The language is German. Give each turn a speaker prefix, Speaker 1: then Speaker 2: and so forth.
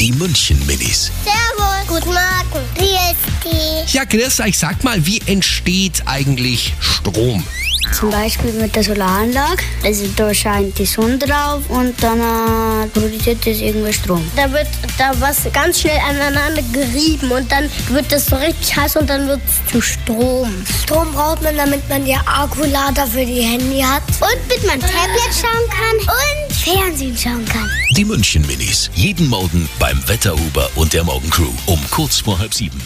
Speaker 1: Die München Minis.
Speaker 2: Servus. Guten Morgen. Wie ist die?
Speaker 1: Ja, Chris, ich sag mal, wie entsteht eigentlich Strom?
Speaker 3: Zum Beispiel mit der Solaranlage. Also da scheint die Sonne drauf und dann äh, produziert das irgendwie Strom.
Speaker 2: Da wird da was ganz schnell aneinander gerieben und dann wird das so richtig heiß und dann wird es zu Strom. Strom braucht man, damit man die Akkulader für die Handy hat. Und damit man Tablet schauen kann. Und Fernsehen schauen kann.
Speaker 1: Die München Minis. Jeden Morgen beim Wetterhuber und der Morgencrew um kurz vor halb sieben.